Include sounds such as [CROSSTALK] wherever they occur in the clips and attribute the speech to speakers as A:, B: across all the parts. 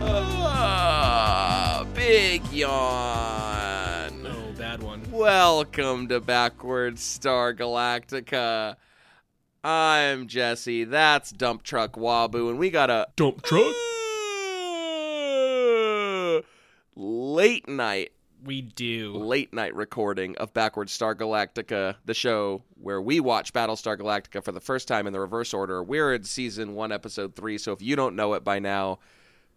A: Uh,
B: Leon.
A: Oh, bad one.
B: Welcome to Backwards Star Galactica. I'm Jesse. That's Dump Truck Wabu, and we got a
A: Dump truck.
B: late night,
A: We do.
B: late night recording of Backwards Star Galactica, the show where we watch Battlestar Galactica for the first time in the reverse order. We're in season one, episode three. So if you don't know it by now,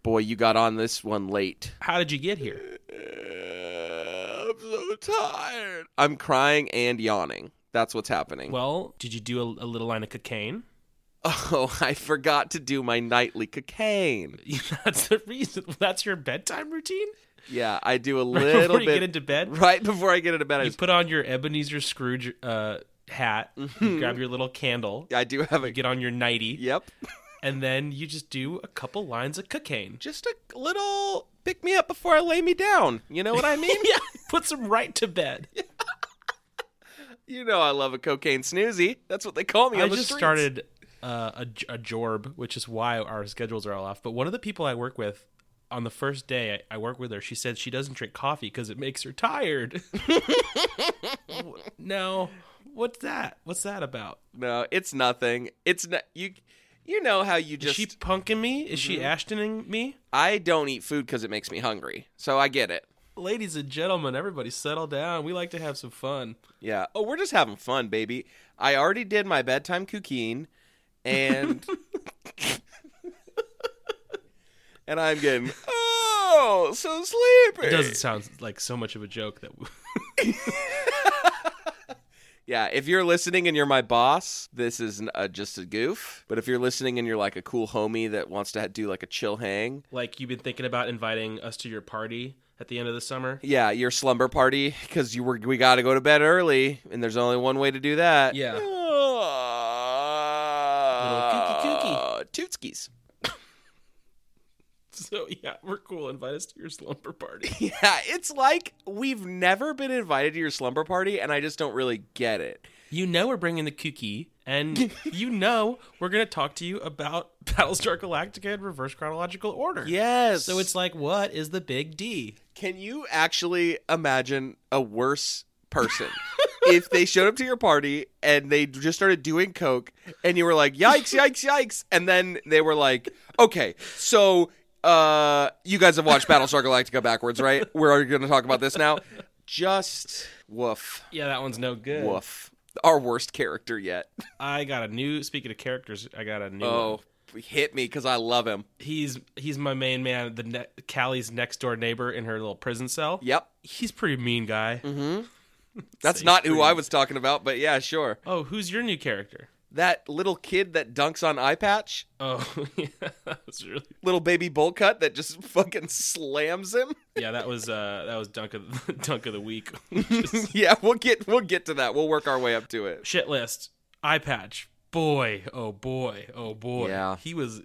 B: boy, you got on this one late.
A: How did you get here?
B: I'm so tired. I'm crying and yawning. That's what's happening.
A: Well, did you do a, a little line of cocaine? [LAUGHS]
B: oh, [LAUGHS] I forgot to do my nightly cocaine.
A: That's the reason. That's your bedtime routine.
B: Yeah, I do a
A: [LAUGHS] Right
B: little
A: before
B: bit
A: you get into bed,
B: right before I get into bed. I,
A: you
B: just-
A: put on your Ebenezer Scrooge uh, hat,
B: Mm-hmm.
A: you grab your little candle,
B: I do have a
A: you get on your nighty,
B: [LAUGHS] yep,
A: and then you just do a couple lines of
B: [LAUGHS]
A: cocaine.
B: just a little pick me up before I lay me down. You know what
A: [LAUGHS]
B: I mean?
A: yeah, puts them right to bed.
B: you know I love a cocaine snoozy. That's what they call me.
A: I
B: on the
A: just
B: streets.
A: started uh, a, j- a jorb, which is why our schedules are all off. But one of the people I work with on the first day I, I work with her, she said she doesn't drink coffee because it makes her
B: [LAUGHS]
A: tired. W- no, what's that? What's that about?
B: No, it's nothing. It's not you. You know how you
A: Is
B: just Mm-hmm.
A: she punking me? Is she Ashtoning me?
B: I don't eat food because it makes me hungry. So I get it.
A: Ladies and gentlemen, everybody settle down. We like to have some fun.
B: Yeah. Oh, we're just having fun, baby. I already did my bedtime cocaine,
A: [LAUGHS]
B: and and I'm getting oh so sleepy.
A: It doesn't sound like so much of a joke that
B: Yeah. If you're listening and you're my boss, this is n- uh, just a goof. But if you're listening and you're like a cool homie that wants to ha- do like a chill hang,
A: [LAUGHS] like you've been thinking about inviting us to your party at the end of the summer.
B: yeah, your slumber party because you were we got to go to bed early, and there's only one way to do that.
A: Yeah.
B: Oh, Tootskies.
A: [LAUGHS] So yeah, we're cool. Invite us to your slumber party. [LAUGHS]
B: Yeah, [LAUGHS] it's like we've never been invited to your slumber party, and I just don't really get it.
A: You know we're bringing the kooky, [LAUGHS] and you know we're gonna talk to you about [LAUGHS] Battlestar Galactica in reverse chronological order.
B: Yes.
A: So it's like, what is the big D?
B: can you actually imagine a worse person? [LAUGHS] if they showed up to your party and they just started doing coke and you were like yikes yikes yikes and then they were like okay so uh you guys have watched battlestar galactica backwards right we're going to talk about this now just woof
A: Yeah, that one's no good.
B: woof our worst character yet
A: I got a new. Speaking of characters, I got a new. one.
B: oh hit me because i love him
A: he's he's my main man, the ne- Callie's next door neighbor in her little prison cell.
B: Yep.
A: He's a pretty mean guy.
B: Mm-hmm. [LAUGHS] That's
A: Say
B: not who
A: screw
B: I
A: you.
B: was talking about, but yeah, sure.
A: Oh, who's your new character?
B: That little kid that dunks on eye patch,
A: Oh, [LAUGHS] yeah, that was really
B: little baby bowl cut that just [LAUGHS] fucking slams him. [LAUGHS]
A: yeah. That was uh that was dunk of the, [LAUGHS] dunk of the week. which [LAUGHS] is-
B: yeah, we'll get we'll get to that. We'll work our way up to it.
A: shit list eye patch boy oh boy oh boy
B: Yeah.
A: he was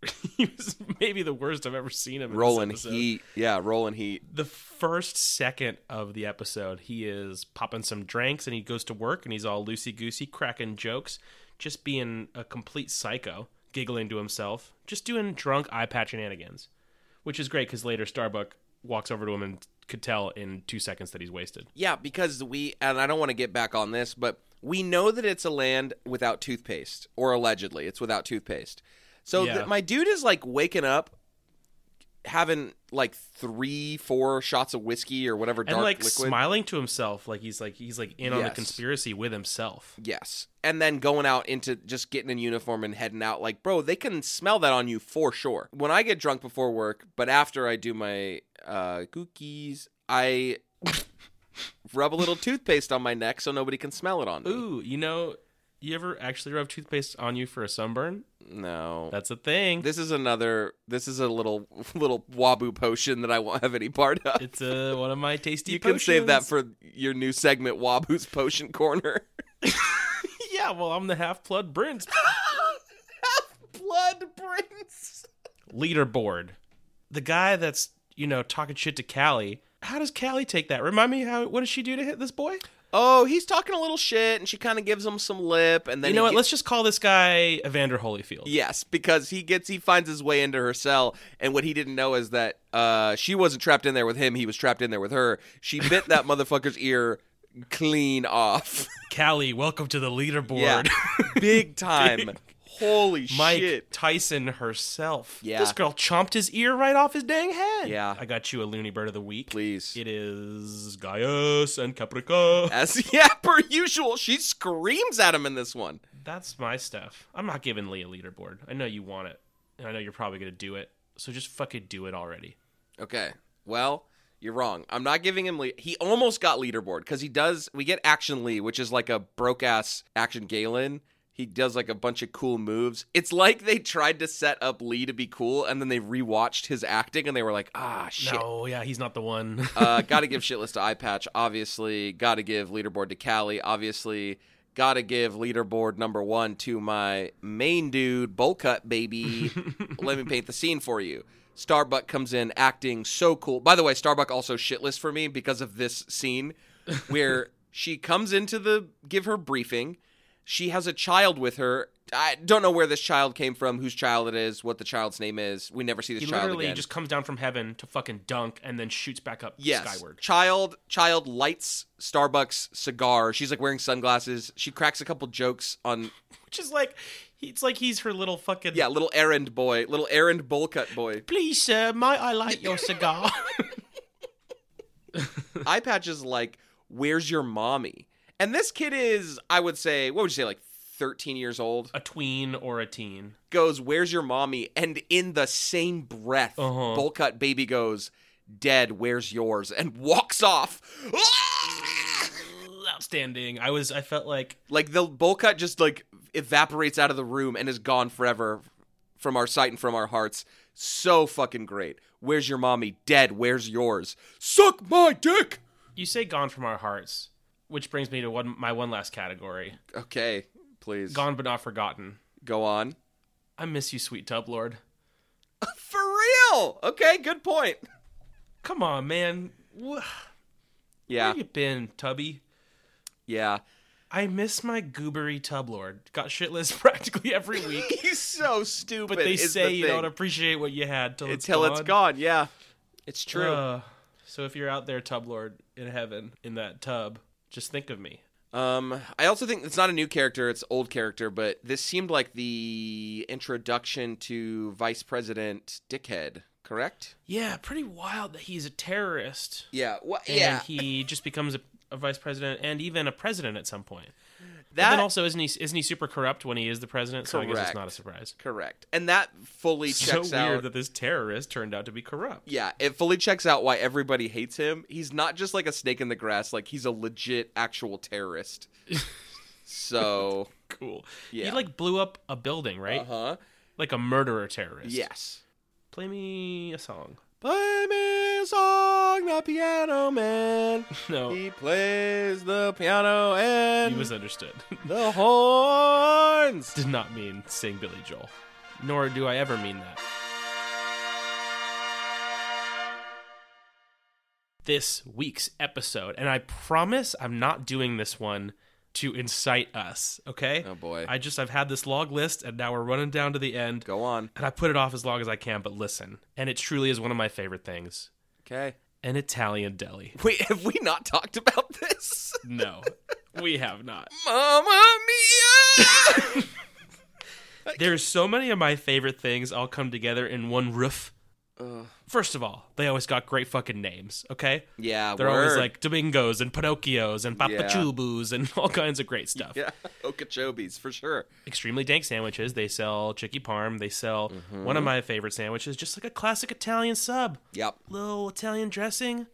A: [LAUGHS] he was maybe the worst i've ever seen him in this
B: Rolling
A: episode.
B: heat. Yeah, rolling heat.
A: the first second of the episode he is popping some drinks and he goes to work and he's all loosey goosey cracking jokes just being a complete psycho giggling to himself just doing drunk eye patch shenanigans which is great because later starbuck walks over to him and could tell in two seconds that he's wasted
B: Yeah, because we and I don't want to get back on this, but we know that it's a land without toothpaste, or allegedly it's without toothpaste. So
A: Yeah.
B: th- my dude is like waking up, having like three, four shots of whiskey or whatever dark
A: and like
B: liquid.
A: smiling to himself like he's like he's like in on the
B: Yes.
A: conspiracy with himself
B: Yes. And then going out into just getting in uniform and heading out like, bro, they can smell that on you for sure. When I get drunk before work, but after I do my uh cookies, I [LAUGHS] rub a little toothpaste on my neck so nobody can smell it on me.
A: Ooh, you know, you ever actually rub toothpaste on you for a sunburn?
B: No.
A: That's a thing.
B: This is another this is a little [LAUGHS] little wabu potion that I won't have any part of.
A: it's uh, one of my tasty.
B: you can save that
A: potions.
B: for your new segment, Wabu's Potion Corner.
A: [LAUGHS] yeah. Well, I'm the half blood prince.
B: [LAUGHS]
A: [LAUGHS]
B: Blood brings
A: Leaderboard, the guy that's you know talking shit to Callie. How does Callie take that? Remind me how? What does she do to hit this boy?
B: oh, he's talking a little shit, and she kind of gives him some lip, and then
A: you know
B: he
A: what?
B: ge-
A: Let's just call this guy Evander Holyfield.
B: Yes, because he gets he finds his way into her cell, and what he didn't know is that uh, she wasn't trapped in there with him; he was trapped in there with her. She bit that [LAUGHS] motherfucker's ear clean
A: [LAUGHS]
B: off.
A: Callie, welcome to the
B: yeah,
A: leaderboard.
B: [LAUGHS] big time. Holy
A: [LAUGHS] Mike
B: shit!
A: Tyson herself.
B: Yeah.
A: This girl chomped his ear right off his dang head.
B: Yeah.
A: I got you a loony bird of the week.
B: Please,
A: It is Gaius and Caprica.
B: as [LAUGHS] yeah, per usual, she screams at him in this one.
A: That's my stuff. I'm not giving Lee a leaderboard. I know you want it, and I know you're probably gonna do it. So just fucking do it already.
B: Okay. Well, you're wrong. I'm not giving him. Le- he almost got leaderboard because he does. We get action Lee, which is like a broke ass action Galen. He does like a bunch of cool moves. It's like they tried to set up Lee to be cool, and then they rewatched his acting, and they were like, "Ah, shit."
A: No, yeah, he's not the one.
B: uh, gotta give shitless to Eye Patch, obviously. Gotta give leaderboard to Callie, obviously. Gotta give leaderboard number one to my main dude, Bowl Cut Baby. Let me paint the scene for you. Starbuck comes in acting so cool. By the way, Starbuck also shitless for me because of this scene where she comes into the give her briefing. She has a child with her. I don't know where this child came from, whose child it is, what the child's name is. We never see this
A: he
B: child
A: literally
B: again
A: just comes down from heaven to fucking dunk and then shoots back up
B: yes.
A: skyward.
B: Child child lights Starbucks cigar. She's like wearing sunglasses. She cracks a couple jokes on
A: Which is like, he- it's like he's her little fucking.
B: yeah, little errand boy, little errand bowl
A: [LAUGHS]
B: cut boy.
A: Please, sir, might I light your cigar? [LAUGHS]
B: Eye patch is like, "Where's your mommy?" And this kid is, I would say, what would you say like 13 years old?
A: a tween or a teen.
B: Goes, "Where's your mommy?" And in the same breath,
A: Uh-huh.
B: bowl cut baby goes, "Dead, where's yours?" and walks off. [LAUGHS]
A: Outstanding. I was. I felt like
B: Like the bowl cut just like evaporates out of the room and is gone forever from our sight and from our hearts. So fucking great. Where's your mommy? Dead. Where's yours? Suck my dick.
A: you say "gone from our hearts," which brings me to one my one last category:
B: Okay, please
A: "gone but not forgotten."
B: go on. [LAUGHS]
A: I miss you, sweet tub lord.
B: For real. Okay, good point.
A: Come on, man. Wh-
B: Yeah,
A: Where you been, Tubby? [LAUGHS]
B: yeah.
A: I miss my goobery tub lord. Got shitless [LAUGHS] practically every week,
B: He's so stupid.
A: but they
B: is
A: say
B: the
A: you
B: thing.
A: don't appreciate what you had till it's
B: until
A: gone.
B: it's gone. Yeah, it's true.
A: Uh, so if you're out there, tub lord in heaven in that tub, just think of me.
B: Um, I also think it's not a new character; it's old character. But this seemed like the introduction to Vice President Dickhead, correct?
A: Yeah, pretty wild that he's a terrorist.
B: Yeah. Wha-
A: and
B: yeah.
A: he just becomes a, a vice president and even a president at some point. But
B: that
A: then also isn't he isn't he super corrupt when he is the president? So I guess
B: Correct.
A: it's not a surprise.
B: correct, and that fully
A: So
B: checks
A: weird
B: out.
A: that this terrorist turned out to be corrupt.
B: yeah, it fully checks out why everybody hates him. He's not just like a snake in the grass; like he's a legit,
A: [LAUGHS]
B: actual terrorist. so,
A: Cool.
B: yeah.
A: He like blew up a building, right?
B: uh huh.
A: Like a murderer terrorist.
B: Yes.
A: Play me a song.
B: Play me a song, the piano [LAUGHS] man.
A: No,
B: He plays the piano and
A: you misunderstood. [LAUGHS]
B: The horns.
A: Did not mean sing Billy Joel. Nor do I ever mean that. This week's episode, and I promise I'm not doing this one to incite us, okay?
B: Oh boy.
A: I just I've had this log list and now we're running down to the end.
B: Go on.
A: And I put it off as long as I can, but listen. And it truly is one of my favorite things.
B: Okay.
A: An Italian deli.
B: Wait, have we not talked about this? [LAUGHS]
A: [LAUGHS] No. we have not.
B: Mamma mia! [LAUGHS]
A: There's so many of my favorite things all come together in one roof.
B: Ugh.
A: First of all, they always got great fucking names, okay?
B: yeah,
A: They're always
B: word.
A: like Domingos and Pinocchios and
B: Yeah.
A: Papachubus and [LAUGHS] all kinds of great stuff.
B: [LAUGHS] yeah, Okeechobes for sure.
A: Extremely dank sandwiches. They sell chicky parm. They sell
B: Mm-hmm.
A: one of my favorite sandwiches, just like a classic Italian sub.
B: Yep.
A: Little Italian dressing,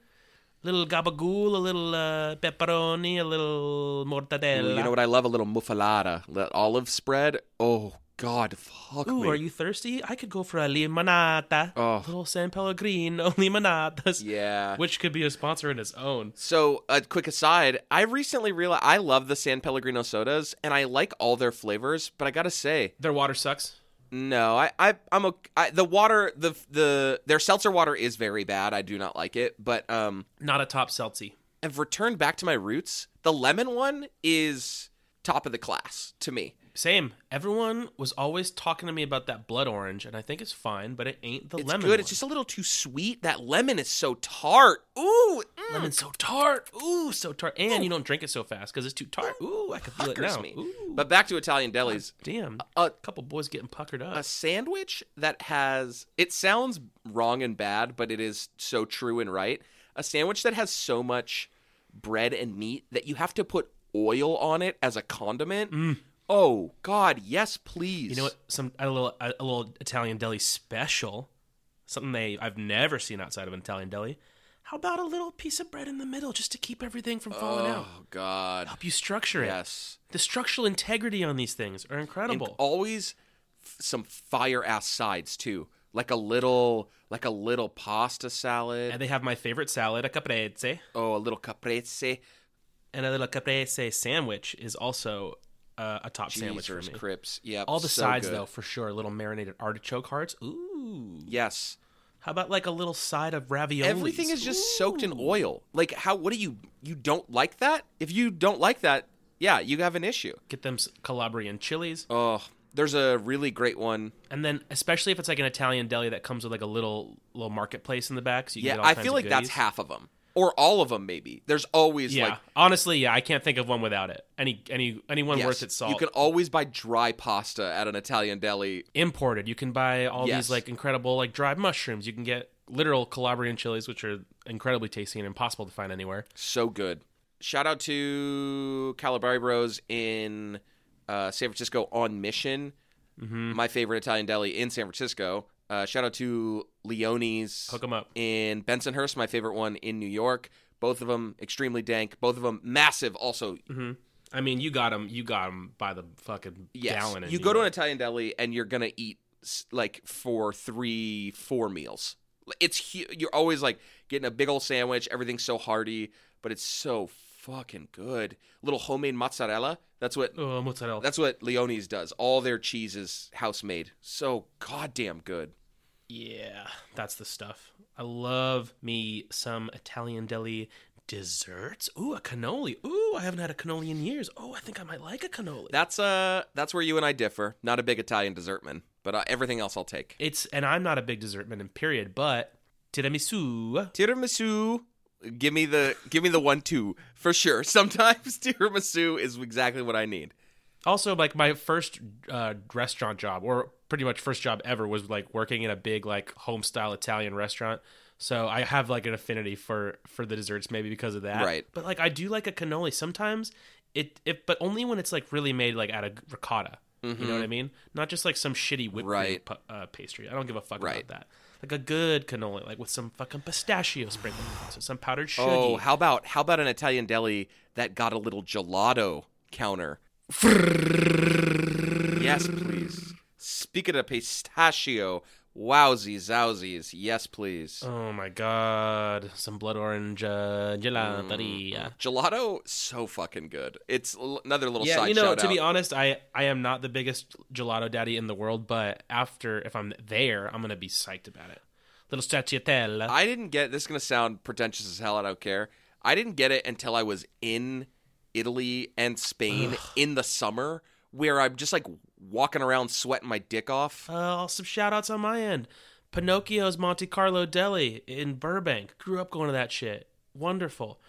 A: little gabagool, a little uh, pepperoni, a little
B: Ooh,
A: mortadella.
B: you know what I love? A little muffalata, that olive spread. Oh God, fuck
A: Ooh,
B: me.
A: are you thirsty? I could go for a limonata.
B: Oh.
A: Little San Pellegrino [LAUGHS] limonadas.
B: yeah.
A: Which could be a sponsor in its own.
B: So, a quick aside, I recently realized I love the San Pellegrino sodas and I like all their flavors, but I gotta say,
A: Their water sucks.
B: No, I, I, I'm a, I, the water, the, the, their seltzer water is very bad. I do not like it, but, um,
A: Not a top seltzy.
B: have returned back to my roots. The lemon one is top of the class to me.
A: Same. Everyone was always talking to me about that blood orange, and I think it's fine, but it ain't the
B: It's
A: lemon.
B: good. It's
A: one.
B: just a little too sweet. That lemon is so tart. Ooh, mm,
A: lemon's so tart. Ooh, so tart. And you don't drink it so fast because it's too tart. Ooh, I can feel it
B: puckers
A: now.
B: me.
A: Ooh,
B: But back to Italian delis.
A: damn.
B: uh,
A: a couple boys getting puckered up.
B: a sandwich that has it sounds wrong and bad, but it is so true and right. A sandwich that has so much bread and meat that you have to put oil on it as a condiment. Oh God, yes, please.
A: Mm. you know what? Some a little a little Italian deli special, something they I've never seen outside of an Italian deli. How about a little piece of bread in the middle just to keep everything from falling out?
B: Oh God,
A: Help you structure it.
B: yes.
A: The structural integrity on these things are
B: And
A: incredible.
B: always f- some fire ass sides too, like a little, like a little pasta salad.
A: and they have my favorite salad, a caprese,
B: oh, a little caprese,
A: and a little caprese sandwich is also uh, a top sandwich for
B: Jesus
A: me.
B: Crips. Yep.
A: All the
B: so
A: sides,
B: good.
A: though, for sure. Little marinated artichoke hearts. Ooh.
B: Yes.
A: How about like a little side of ravioli?
B: everything is just soaked in oil. Like how what do you you don't like that? If you don't like that, yeah, you have an issue.
A: Get them s- Calabrian chilies.
B: Oh, there's a really great one.
A: And then, especially if it's like an Italian deli that comes with like a little little marketplace in the back, so you
B: Yeah,
A: can get all
B: I
A: kinds
B: feel
A: of
B: like that's
A: goodies.
B: half of them or all of them maybe. There's always
A: Yeah,
B: like
A: honestly, yeah, I can't think of one without it. Any any anyone
B: yes,
A: worth its salt.
B: You can always buy dry pasta at an Italian deli.
A: imported. You can buy all
B: Yes.
A: these like incredible like dried mushrooms. You can get literal Calabrian chilies, which are incredibly tasty and impossible to find anywhere.
B: So good. Shout out to Calabari Bros in uh, San Francisco on Mission.
A: Mm-hmm.
B: My favorite Italian deli in San Francisco. Uh, shout out to Leone's.
A: Hook them up.
B: in Bensonhurst, my favorite one in New York. Both of them extremely dank. Both of them massive. Also,
A: Mm-hmm. I mean, you got them. You got them by the fucking
B: yes,
A: gallon. in
B: you
A: New
B: go to an
A: York.
B: Italian deli and you're gonna eat s- like for three, four meals. It's hu- you're always like getting a big old sandwich. Everything's so hearty, but it's so fucking good. Little homemade mozzarella. That's what
A: oh mozzarella.
B: that's what Leone's does. All their cheese is house made. So goddamn good.
A: yeah, that's the stuff. I love me some Italian deli desserts. Ooh, a cannoli. Ooh, I haven't had a cannoli in years. Oh, I think I might like a cannoli.
B: That's uh that's where you and I differ. Not a big Italian dessert man, but uh, everything else I'll take.
A: It's and I'm not a big dessert man. Period. But tiramisu.
B: tiramisu give me the give me the one two for sure [LAUGHS] sometimes tiramisu is exactly what i need
A: also like my first uh, restaurant job or pretty much first job ever was like working in a big like home style italian restaurant so i have like an affinity for for the desserts maybe because of that
B: Right.
A: but like i do like a cannoli sometimes it it but only when it's like really made like out of ricotta you know what i mean not just like some shitty whipped
B: Mm-hmm. Right.
A: cream pu- uh, pastry i don't give a fuck
B: Right.
A: about that like a good cannoli like with some fucking pistachio sprinkling so some powdered sugar
B: oh how about how about an italian deli that got a little gelato counter yes please speaking of pistachio wowsies zowsies yes please
A: Oh my god! Some blood orange uh,
B: Mm-hmm.
A: gelateria.
B: gelato so fucking good it's l- another little
A: Yeah,
B: side
A: you know,
B: shout
A: to be
B: out.
A: honest, I I am not the biggest gelato daddy in the world, but after if I'm there, I'm gonna be psyched about it. Little stracciatella.
B: I didn't get this is gonna sound pretentious as hell, I don't care. I didn't get it until I was in Italy and Spain in the summer where I'm just like walking around sweating my dick off.
A: Uh, some shout outs on my end. Pinocchio's Monte Carlo Deli in Burbank. Grew up going to that shit. Wonderful.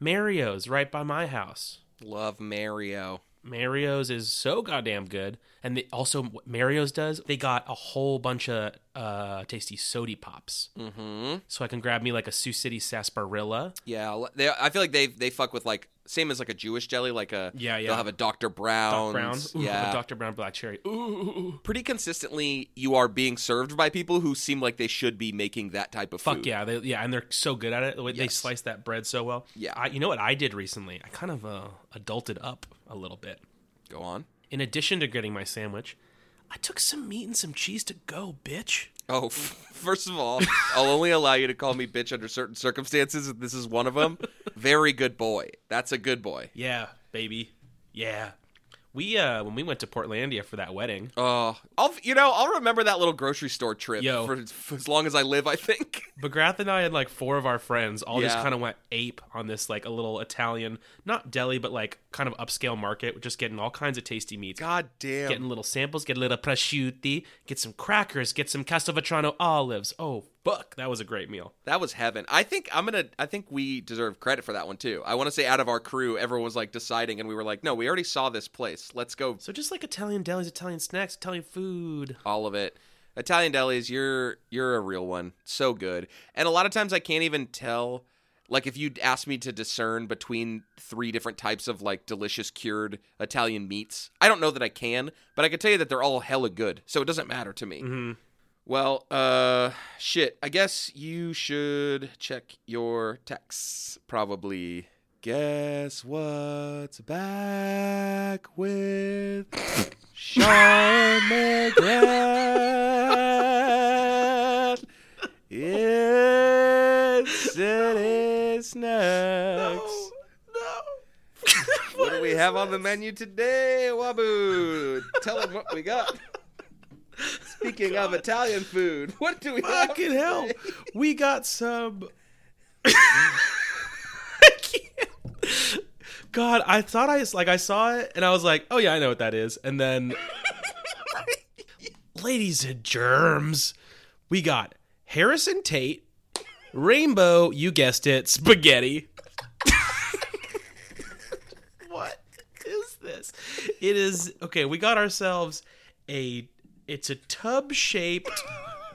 A: Mario's right by my house.
B: Love Mario.
A: Mario's is so goddamn good. And they, also, what Mario's does, they got a whole bunch of uh, tasty sody pops.
B: Mm-hmm.
A: So I can grab me like a Sioux City sarsaparilla.
B: Yeah, l- they, I feel like they they fuck with like same as like a Jewish deli, like a
A: Yeah, yeah.
B: They'll have a Dr.
A: Doc
B: Brown.
A: Brown. Ooh,
B: yeah.
A: a Dr. Brown black cherry. Ooh.
B: Pretty consistently, you are being served by people who seem like they should be making that type of
A: Fuck
B: food.
A: yeah, they, yeah, and they're so good at it. The way They
B: Yes.
A: slice that bread so well.
B: Yeah.
A: I, you know what I did recently? I kind of uh, adulted up a little bit.
B: Go on.
A: In addition to getting my sandwich, I took some meat and some cheese to go, bitch.
B: Oh, f- [LAUGHS] first of all, I'll only allow you to call me bitch under certain circumstances. and This is one of them. Very good boy. That's a good boy.
A: Yeah, baby. Yeah. We uh when we went to Portlandia for that wedding,
B: Oh, I'll you know I'll remember that little grocery store trip
A: Yo.
B: for, for as long as I live. I think. [LAUGHS]
A: McGrath and I and like four of our friends all just
B: Yeah.
A: kind of went ape on this like a little Italian, not deli, but like kind of upscale market, just getting all kinds of tasty meats.
B: God damn.
A: Getting little samples, get a little prosciutto, get some crackers, get some Castelvetrano olives. Oh fuck, that was a great meal.
B: That was heaven. I think I'm gonna. I think we deserve credit for that one too. I want to say out of our crew, everyone was like deciding, and we were like, no, we already saw this place. Let's go
A: So just like Italian delis, Italian snacks, Italian food.
B: all of it. Italian delis, you're you're a real one. So good. And a lot of times I can't even tell. Like if you ask me to discern between three different types of like delicious cured Italian meats, I don't know that I can, but I can tell you that they're all hella good. So it doesn't matter to me.
A: Mm-hmm.
B: Well, uh, shit. I guess you should check your texts, probably. Guess what's back with Sean McGrath? It's City Snacks. What do we have on the menu today, Wabu? Tell them what we got. Speaking of Italian food, [LAUGHS] what do we have?
A: Fucking hell. We got some. God, I thought I like I saw it and I was like, oh yeah, I know what that is. And then, ladies and germs, we got Harrison Tate, Rainbow, you guessed it, spaghetti. what is this? It is okay. We got ourselves a. It's a tub shaped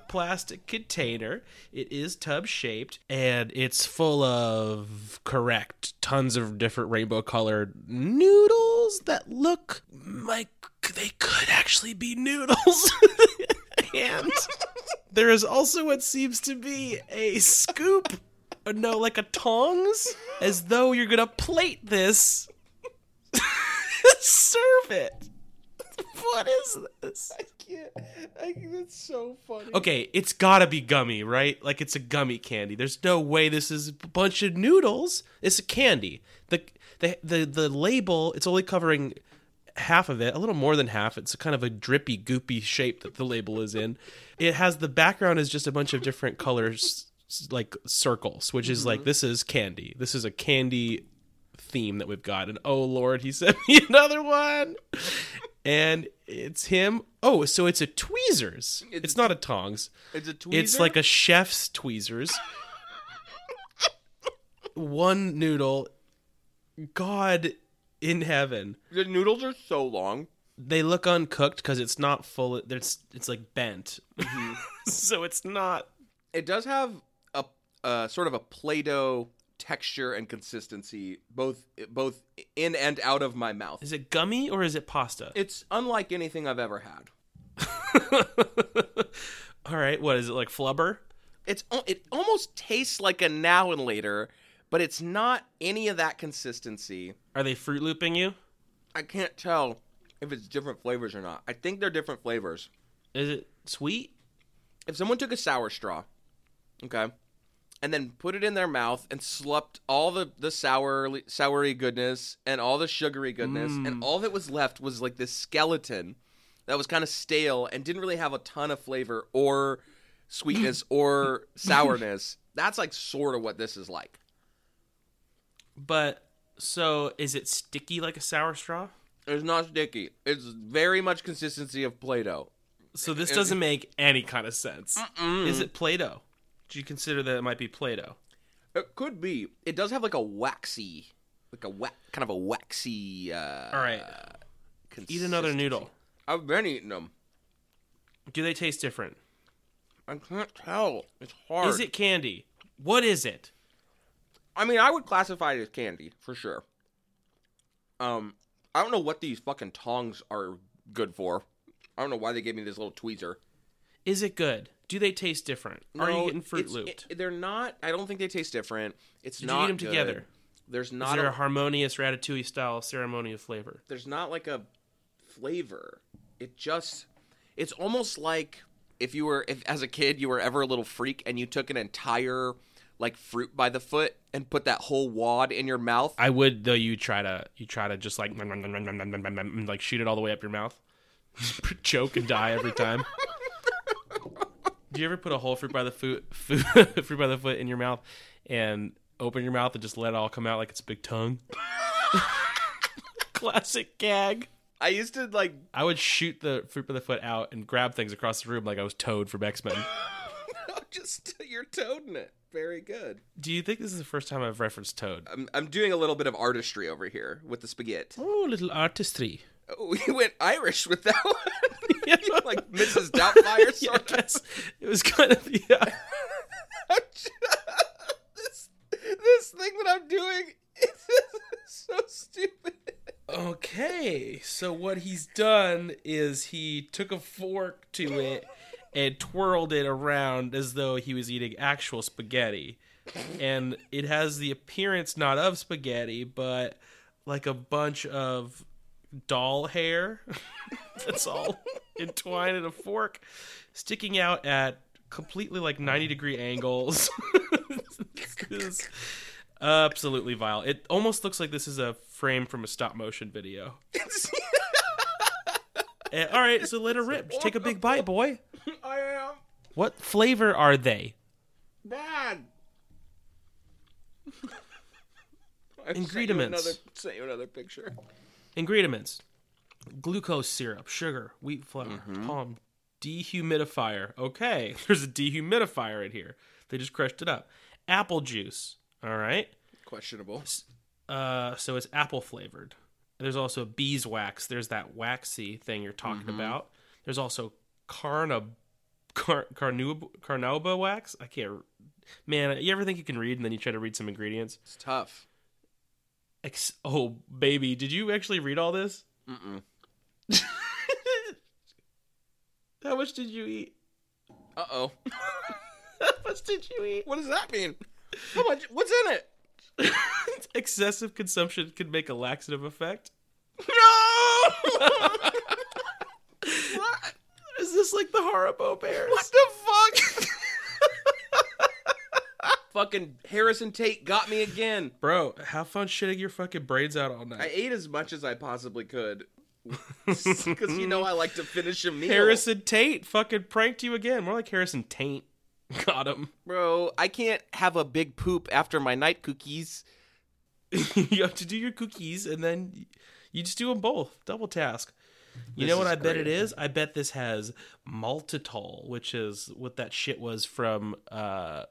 A: plastic container. It is tub shaped and it's full of correct tons of different rainbow colored noodles that look like they could actually be noodles. [LAUGHS] and there is also what seems to be a scoop, or no, like a tongs, as though you're gonna plate this, [LAUGHS] serve it. [LAUGHS] What is this?
B: can't. I, that's so funny.
A: Okay, it's gotta be gummy, right? Like it's a gummy candy. There's no way this is a bunch of noodles. It's a candy. The the the, the label it's only covering half of it, a little more than half. It's kind of a drippy, goopy shape that the label is in. It has the background is just a bunch of different colors, s- like circles, which is
B: Mm-hmm.
A: like this is candy. This is a candy theme that we've got. And oh lord, he [LAUGHS] sent me another one. And it's him. Oh, so it's a tweezers. It's, not a tongs.
B: It's a tweezer.
A: It's like a chef's tweezers. one noodle. God in heaven.
B: the noodles are so long.
A: They look uncooked because it's not full. It's it's like bent, [LAUGHS] so it's not.
B: It does have a uh, sort of a play-doh texture and consistency, both both in and out of my mouth.
A: Is it gummy or is it pasta?
B: It's unlike anything I've ever had.
A: [LAUGHS] All right, what is it like flubber?
B: It's al- it almost tastes like a now and later, but it's not any of that consistency.
A: Are they fruit looping you?
B: I can't tell if it's different flavors or not. I think they're different flavors.
A: Is it sweet?
B: If someone took a sour straw, okay, and then put it in their mouth and slept all the the sour soury goodness and all the sugary goodness,
A: Mm.
B: and all that was left was like this skeleton that was kind of stale and didn't really have a ton of flavor or
A: [LAUGHS]
B: sweetness or sourness. That's like sort of what this is like.
A: But so is it sticky like a sour straw?
B: It's not sticky. It's very much consistency of Play-Doh.
A: So this doesn't make any kind of sense. Is it Play-Doh? Do you consider that it might be Play-Doh?
B: It could be. It does have like a waxy, like a wa- kind of a waxy. Uh,
A: All right, eat another
B: consistency.
A: noodle.
B: I've been eating them.
A: Do they taste different?
B: I can't tell. It's hard.
A: Is it candy? What is it?
B: I mean, I would classify it as candy for sure. Um, I don't know what these fucking tongs are good for. I don't know why they gave me this little tweezer.
A: Is it good? Do they taste different? Are you
B: No,
A: getting Fruit
B: it's-
A: Looped?
B: it- they're not. I don't think they taste different. It's
A: Did you
B: not.
A: eat them
B: good.
A: together?
B: There's
A: Is
B: not.
A: there
B: a-
A: a harmonious ratatouille style ceremony of flavor?
B: there's not like a flavor. It just it's almost like if you were if as a kid you were ever a little freak and you took an entire like fruit by the foot and put that whole wad in your mouth.
A: I would though. You try to you try to just like nom, nom, nom, nom, nom, nom, nom, nom, nom, like shoot it all the way up your mouth, [LAUGHS] choke and die every time. [LAUGHS] Do you ever put a whole fruit by the foot [LAUGHS] food, fruit by the foot in your mouth and open your mouth and just let it all come out like it's a big tongue? [LAUGHS] Classic gag.
B: I used to like [LAUGHS]
A: I would shoot the fruit by the foot out and grab things across the room like I was Toad from X Men.
B: just you're toading it. Very good.
A: Do you think this is the first time I've referenced Toad?
B: I'm I'm doing a little bit of artistry over here with the spaghetti. [LAUGHS]
A: Oh, little artistry.
B: We went Irish with that one. [LAUGHS] like Mrs.
A: [LAUGHS]
B: Doubtfire
A: Yeah,
B: sort
A: I guess it was kind of yeah.
B: of. [LAUGHS] this, this thing that I'm doing is so stupid.
A: Okay, so what he's done is he took a fork to it and twirled it around as though he was eating actual spaghetti. And it has the appearance not of spaghetti, but like a bunch of doll hair [LAUGHS] that's all entwined in a fork, sticking out at completely like 90 degree angles. [LAUGHS] This is absolutely vile. It almost looks like this is a frame from a stop motion video.
B: [LAUGHS] It's-
A: Uh, all right, so let her rip. Just take a big bite, boy.
B: I am
A: What flavor are they?
B: bad. I
A: Ingredients.
B: Sent you, another, sent you another picture.
A: Ingredients: glucose syrup, sugar, wheat flour, palm, dehumidifier. Okay, [LAUGHS] there's a dehumidifier in here. They just crushed it up. Apple juice. All right.
B: Questionable.
A: Uh, so it's apple flavored. There's also beeswax. There's that waxy thing you're talking about. There's also carna, car, carnauba, carnauba wax. I can't. Man, you ever think you can read and then you try to read some ingredients?
B: It's tough.
A: Ex- oh, baby, did you actually read all this?
B: Mm-mm.
A: How much did you eat? [LAUGHS]
B: Uh oh.
A: How much did you eat? [LAUGHS]
B: What does that [LAUGHS] mean? How much? What's in it?
A: Excessive consumption could make a laxative effect.
B: [LAUGHS] No!
A: What? Is this like the Haribo bears?
B: What the fuck? [LAUGHS] fucking Harrison Tate got me again.
A: Bro, have fun shitting your fucking braids out all
B: I
A: night.
B: ate as much as I possibly could. Because you know I like to finish a meal.
A: Harrison Tate fucking pranked you again. More like Harrison Taint. [LAUGHS] Got him. [LAUGHS]
B: Bro, I can't have a big poop after my night cookies.
A: you have to do your cookies and then you just do them both. Double task. You
B: This
A: know what
B: is
A: I bet it
B: great.
A: is? I bet this has maltitol, which is what that shit was from uh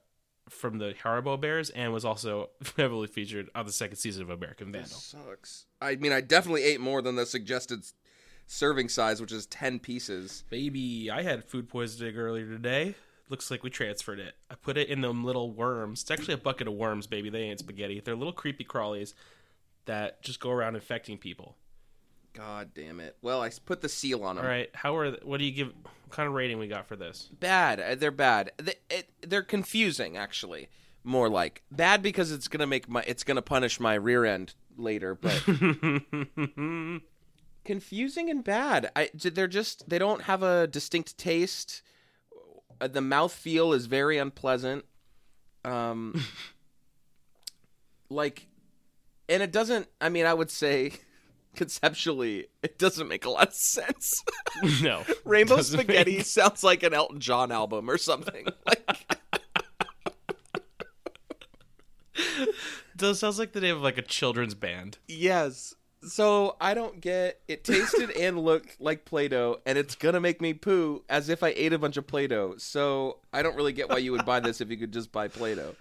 A: from the Haribo Bears and was also [LAUGHS] heavily featured on the second season of American Vandal.
B: Sucks. I mean, I definitely ate more than the suggested s- serving size, which is 10 pieces.
A: Baby, I had food poisoning earlier today. Looks like we transferred it. I put it in them little worms. It's actually a bucket of worms, baby. They ain't spaghetti. They're little creepy crawlies that just go around infecting people.
B: God damn it. Well, I s- put the seal on them.
A: All right, how are? What do you give? What kind of rating we got for this? [LAUGHS]
B: Bad. Uh, They're bad. Th- it- They're confusing, actually. More like bad because it's gonna make my it's gonna punish my rear end later, but confusing and bad. I j- they're just they don't have a distinct taste. Uh, The mouthfeel is very unpleasant.
A: [LAUGHS]
B: Um like and it doesn't I mean I would say [LAUGHS] conceptually it doesn't make a lot of sense. [LAUGHS]
A: [LAUGHS] no,
B: Rainbow
A: Doesn't make- [LAUGHS]
B: Spaghetti sounds like an Elton John album or something. [LAUGHS] Like
A: does sounds like the name of like a children's band.
B: yes. So I don't get it [LAUGHS] tasted and looked like Play-Doh and it's gonna make me poo as if I ate a bunch of Play-Doh. So I don't really get why you would buy this if you could just buy Play-Doh.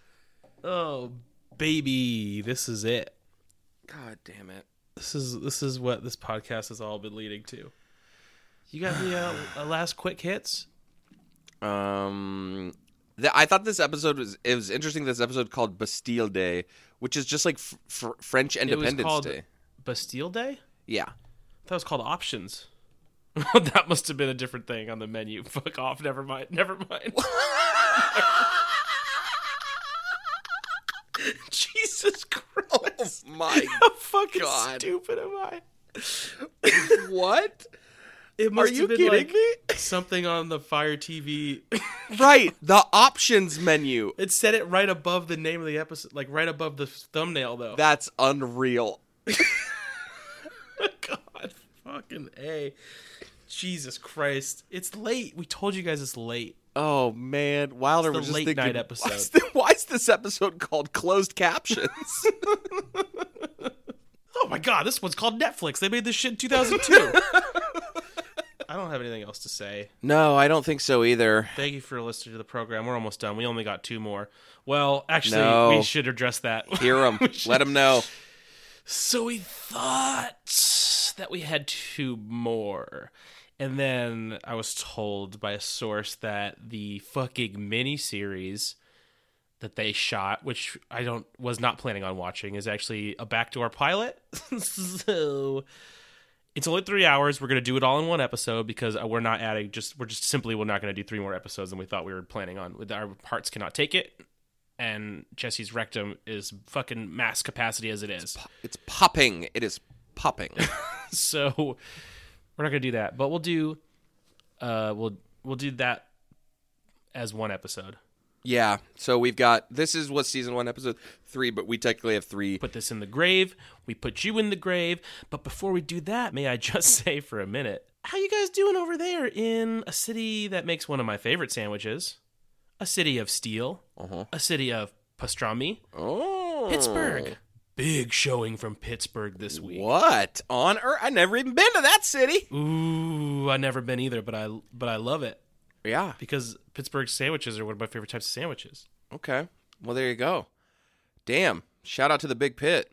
A: Oh, baby, this is it.
B: God damn it.
A: This is this is what this podcast has all been leading to. You got the uh, uh, last quick hits.
B: Um th- I thought this episode was it was interesting this episode called Bastille Day, which is just like fr- fr- French
A: It was
B: Independence
A: called
B: Day.
A: Bastille Day.
B: Yeah.
A: That was called options. [LAUGHS] that must have been a different thing on the menu. [LAUGHS] Fuck off. Never mind. Never mind. [LAUGHS] Jesus Christ.
B: [LAUGHS] My
A: [LAUGHS] How fucking
B: God.
A: stupid am I?
B: what?
A: It
B: Are
A: must
B: you
A: have been
B: kidding
A: like
B: me? [LAUGHS]
A: something on the Fire TV.
B: Right, the options menu.
A: it said it right above the name of the episode, like right above the thumbnail, though.
B: That's unreal.
A: [LAUGHS] God, fucking a. Jesus Christ! It's late. We told you guys it's late.
B: Oh man, Wilder
A: the
B: was just
A: late night
B: thinking. [LAUGHS] "Why is
A: episode."
B: thi- why is this episode called closed captions? [LAUGHS]
A: Oh my God, this one's called Netflix. They made this shit in
B: [LAUGHS]
A: 2002. I don't have anything else to say.
B: no, I don't think so either.
A: Thank you for listening to the program. We're almost done. We only got two more. Well, actually,
B: No.
A: we should address that. [LAUGHS]
B: Hear [LAUGHS] them. Let them know.
A: So we thought that we had two more. And then I was told by a source that the fucking miniseries that they shot, which I don't was not planning on watching, is actually a backdoor pilot. [LAUGHS] so it's only three hours. We're gonna do it all in one episode because uh, we're not adding just we're just simply we're not gonna do three more episodes than we thought we were planning on. With- Our hearts cannot take it, and Jesse's rectum is fucking mass capacity as it is.
B: It's popping. It is popping.
A: so we're not gonna do that but we'll do uh we'll we'll do that as one episode
B: [LAUGHS] yeah. So we've got this is what season one, episode three, but we technically have three.
A: put this in the grave we put you in the grave but before we do that may i just [LAUGHS] say for a minute how you guys doing over there in a city that makes one of my favorite sandwiches a city of steel
B: Uh-huh.
A: a city of pastrami
B: Oh,
A: pittsburgh big showing from pittsburgh this week
B: What on earth? I never even been to that city.
A: ooh i've never been either but i but i love it
B: Yeah.
A: because Pittsburgh sandwiches are one of my favorite types of sandwiches.
B: Okay. Well, there you go. Damn. Shout out to the big pit.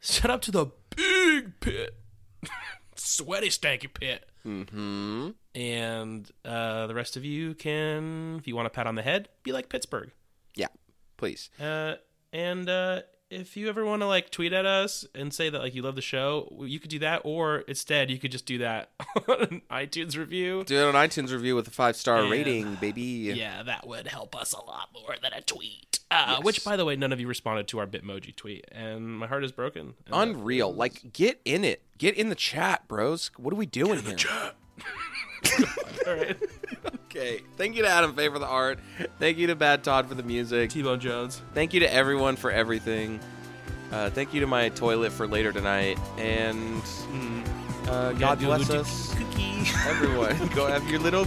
A: Shout out to the big pit, [LAUGHS] sweaty, stanky pit.
B: Mm-hmm.
A: And uh, the rest of you can, if you want a pat on the head, be like Pittsburgh.
B: Yeah. Please.
A: Uh, and uh, if you ever want to like tweet at us and say that like you love the show, you could do that. Or instead, you could just do that [LAUGHS] on an iTunes review.
B: Do it on iTunes review with a five star
A: Yeah.
B: rating, baby.
A: Yeah, that would help us a lot more than a tweet. Uh, Which, by the way, none of you responded to our Bitmoji tweet, and my heart is broken. And that
B: Unreal. Like, get in it. Get in the chat, bros. What are we doing here?
A: All right.
B: Okay. Thank you to Adam Faye for the art. Thank you to Bad Todd for the
A: [LAUGHS]
B: music.
A: T-Bone Jones.
B: Thank you to everyone for everything. Uh, thank you to my toilet for later tonight.
A: Mm-hmm. [LAUGHS]
B: And uh, God bless us, everyone. [LAUGHS] Go have your little